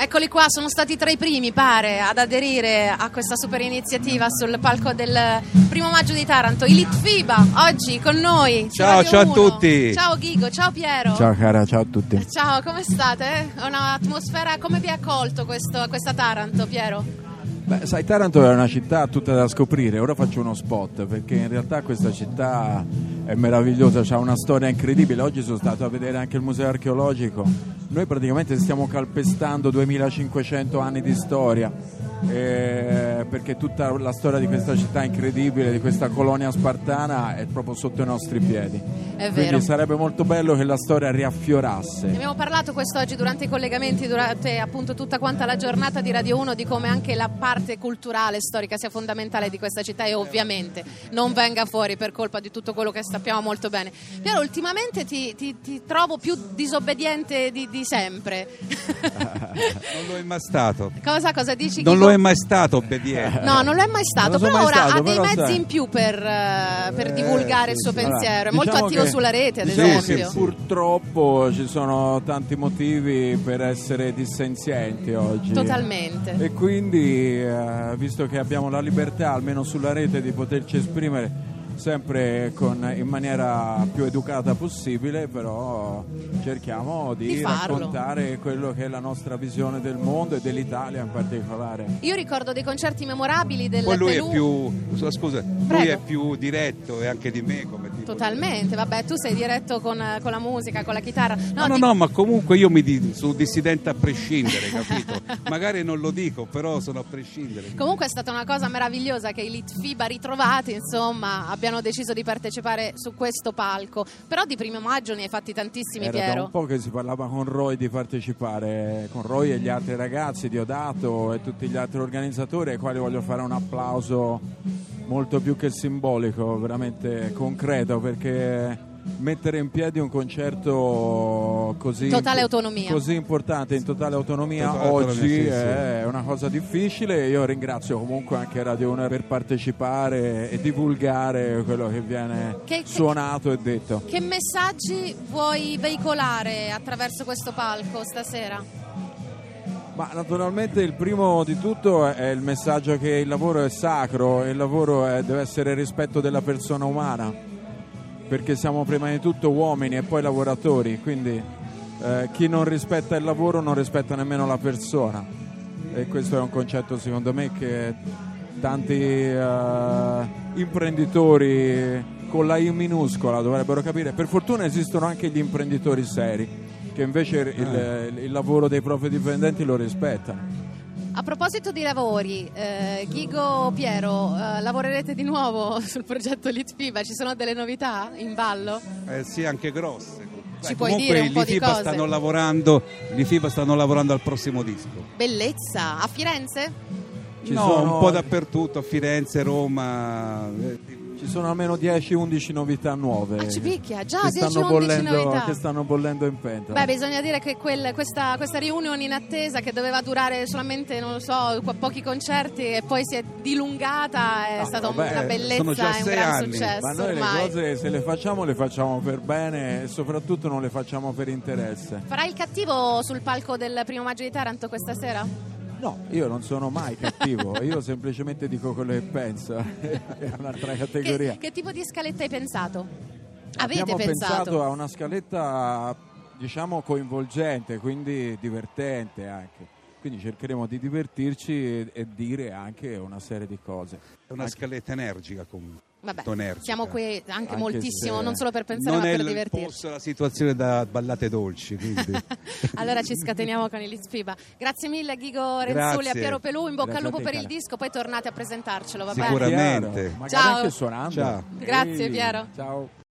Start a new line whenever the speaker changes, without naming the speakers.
Eccoli qua, sono stati tra i primi, pare, ad aderire a questa super iniziativa sul palco del primo maggio di Taranto. I Litfiba, oggi con noi. su
Ciao,
Radio
ciao a
1.
tutti.
Ciao Ghigo, ciao Piero.
Ciao cara, ciao a tutti.
Ciao, come state? È un'atmosfera, come vi ha accolto questo- questa Taranto, Piero?
Beh, sai, Taranto è una città tutta da scoprire, ora faccio uno spot perché in realtà questa città è meravigliosa, ha una storia incredibile. Oggi sono stato a vedere anche il museo archeologico. Noi praticamente stiamo calpestando 2500 anni di storia, eh, perché tutta la storia di questa città incredibile, di questa colonia spartana, è proprio sotto i nostri piedi.
È vero.
Quindi sarebbe molto bello che la storia riaffiorasse.
Ne Abbiamo parlato quest'oggi durante i collegamenti, durante appunto tutta quanta la giornata di Radio 1, di come anche la parte culturale, storica sia fondamentale di questa città e ovviamente non venga fuori per colpa di tutto quello che sappiamo molto bene. Piero, ultimamente ti, ti- ti trovo più disobbediente di, di sempre.
Non lo è mai stato.
cosa, cosa dici?
Non
Chico?
lo è mai stato obbediente.
No, non lo è mai
Non
stato,
lo sono
però
mai
ora
stato,
ha dei
però
mezzi
sai.
in più per, eh, per
Eh,
divulgare
sì,
il suo
sì.
pensiero,
Allora,
è molto
diciamo
attivo
che-
sulla rete, ad
diciamo
esempio.
Che purtroppo ci sono tanti motivi per essere dissenzienti oggi.
Totalmente.
E quindi, eh, visto che abbiamo la libertà, almeno sulla rete, di poterci esprimere sempre con- in maniera più educata possibile, però cerchiamo di,
Di farlo.
raccontare quello che è la nostra visione del mondo e dell'Italia in particolare.
Io ricordo dei concerti memorabili del
Poi lui è
Pelù.
più. Scusa, lui
Prego.
è più diretto e anche di me come tipo.
Totalmente, vabbè, tu sei diretto con, eh, con la musica, con la chitarra.
No, no,
ti-
no, ma comunque io mi di- sono dissidente a prescindere, capito? Magari non lo dico, però sono a prescindere.
Comunque è stata una cosa meravigliosa che i Litfiba ritrovati, insomma, abbiano deciso di partecipare su questo palco. Però di primo maggio ne hai fatti tantissimi,
Era da
Piero.
un po' che si parlava con Roy di partecipare, con Roy e gli altri ragazzi, Diodato e tutti gli altri organizzatori, ai quali voglio fare un applauso molto più che simbolico, veramente concreto, perché mettere in piedi un concerto così,
Totale autonomia.
così importante, in totale autonomia
Totale
oggi
autonomia, sì, sì.
è una cosa difficile. Io ringrazio comunque anche Radio 1 per partecipare e divulgare quello che viene
Che- che-
suonato e detto.
Che messaggi vuoi veicolare attraverso questo palco stasera?
Ma naturalmente il primo di tutto è il messaggio che il lavoro è sacro e il lavoro è- deve essere il rispetto della persona umana, perché siamo prima di tutto uomini e poi lavoratori, quindi eh, chi non rispetta il lavoro non rispetta nemmeno la persona e questo è un concetto secondo me che tanti eh, imprenditori con la I minuscola dovrebbero capire. Per fortuna esistono anche gli imprenditori seri che invece il-
Eh.
il- il lavoro dei propri dipendenti lo rispettano.
A proposito di lavori, eh, Ghigo Piero, eh, lavorerete di nuovo sul progetto Litfiba? Ci sono delle novità in ballo?
Eh, sì, anche grosse.
Ci
Dai,
puoi
comunque
dire un
gli
po' di
FIBA
cose?
stanno lavorando, gli FIBA stanno lavorando al prossimo disco.
Bellezza, a Firenze?
Ci
no,
sono-
un po' dappertutto, a Firenze, Roma. eh,
Ci sono almeno 10-11 novità nuove.
Ah, ci picchia, già
che stanno
10-11
bollendo,
novità.
Che stanno bollendo in pentola.
Beh, bisogna dire che quel- questa, questa riunione in attesa che doveva durare solamente, non lo so, qua- pochi concerti e poi si è dilungata è
No,
stata
vabbè,
una bellezza
sono già
e un
sei
gran
anni.
successo
Ma noi
ormai.
le cose se le facciamo le facciamo per bene e soprattutto non le facciamo per interesse.
Farai il cattivo sul palco del primo maggio di Taranto questa sera?
No, io non sono mai cattivo, io semplicemente dico quello che penso. È un'altra categoria.
Che, che tipo di scaletta hai pensato? Avete
Abbiamo pensato.
pensato?
a una scaletta diciamo coinvolgente, quindi divertente anche. Quindi cercheremo di divertirci e, e dire anche una serie di cose.
È una scaletta energica comunque.
Vabbè,
molto energica.
siamo qui anche,
Anche
moltissimo,
se
non solo per pensare
non
ma
è
per
il
divertirci.
posto la situazione da ballate dolci, quindi.
allora ci scateniamo con il Lizfiba. Grazie mille Ghigo
Grazie.
Renzulli e a Piero Pelù, in bocca al
Grazie a
lupo
te,
per il
cara.
disco, poi tornate a presentarcelo, va bene?
Sicuramente.
Chiaro, Magari
Ciao.
anche suonando.
Ciao.
Grazie,
Ehi,
Piero.
Ciao.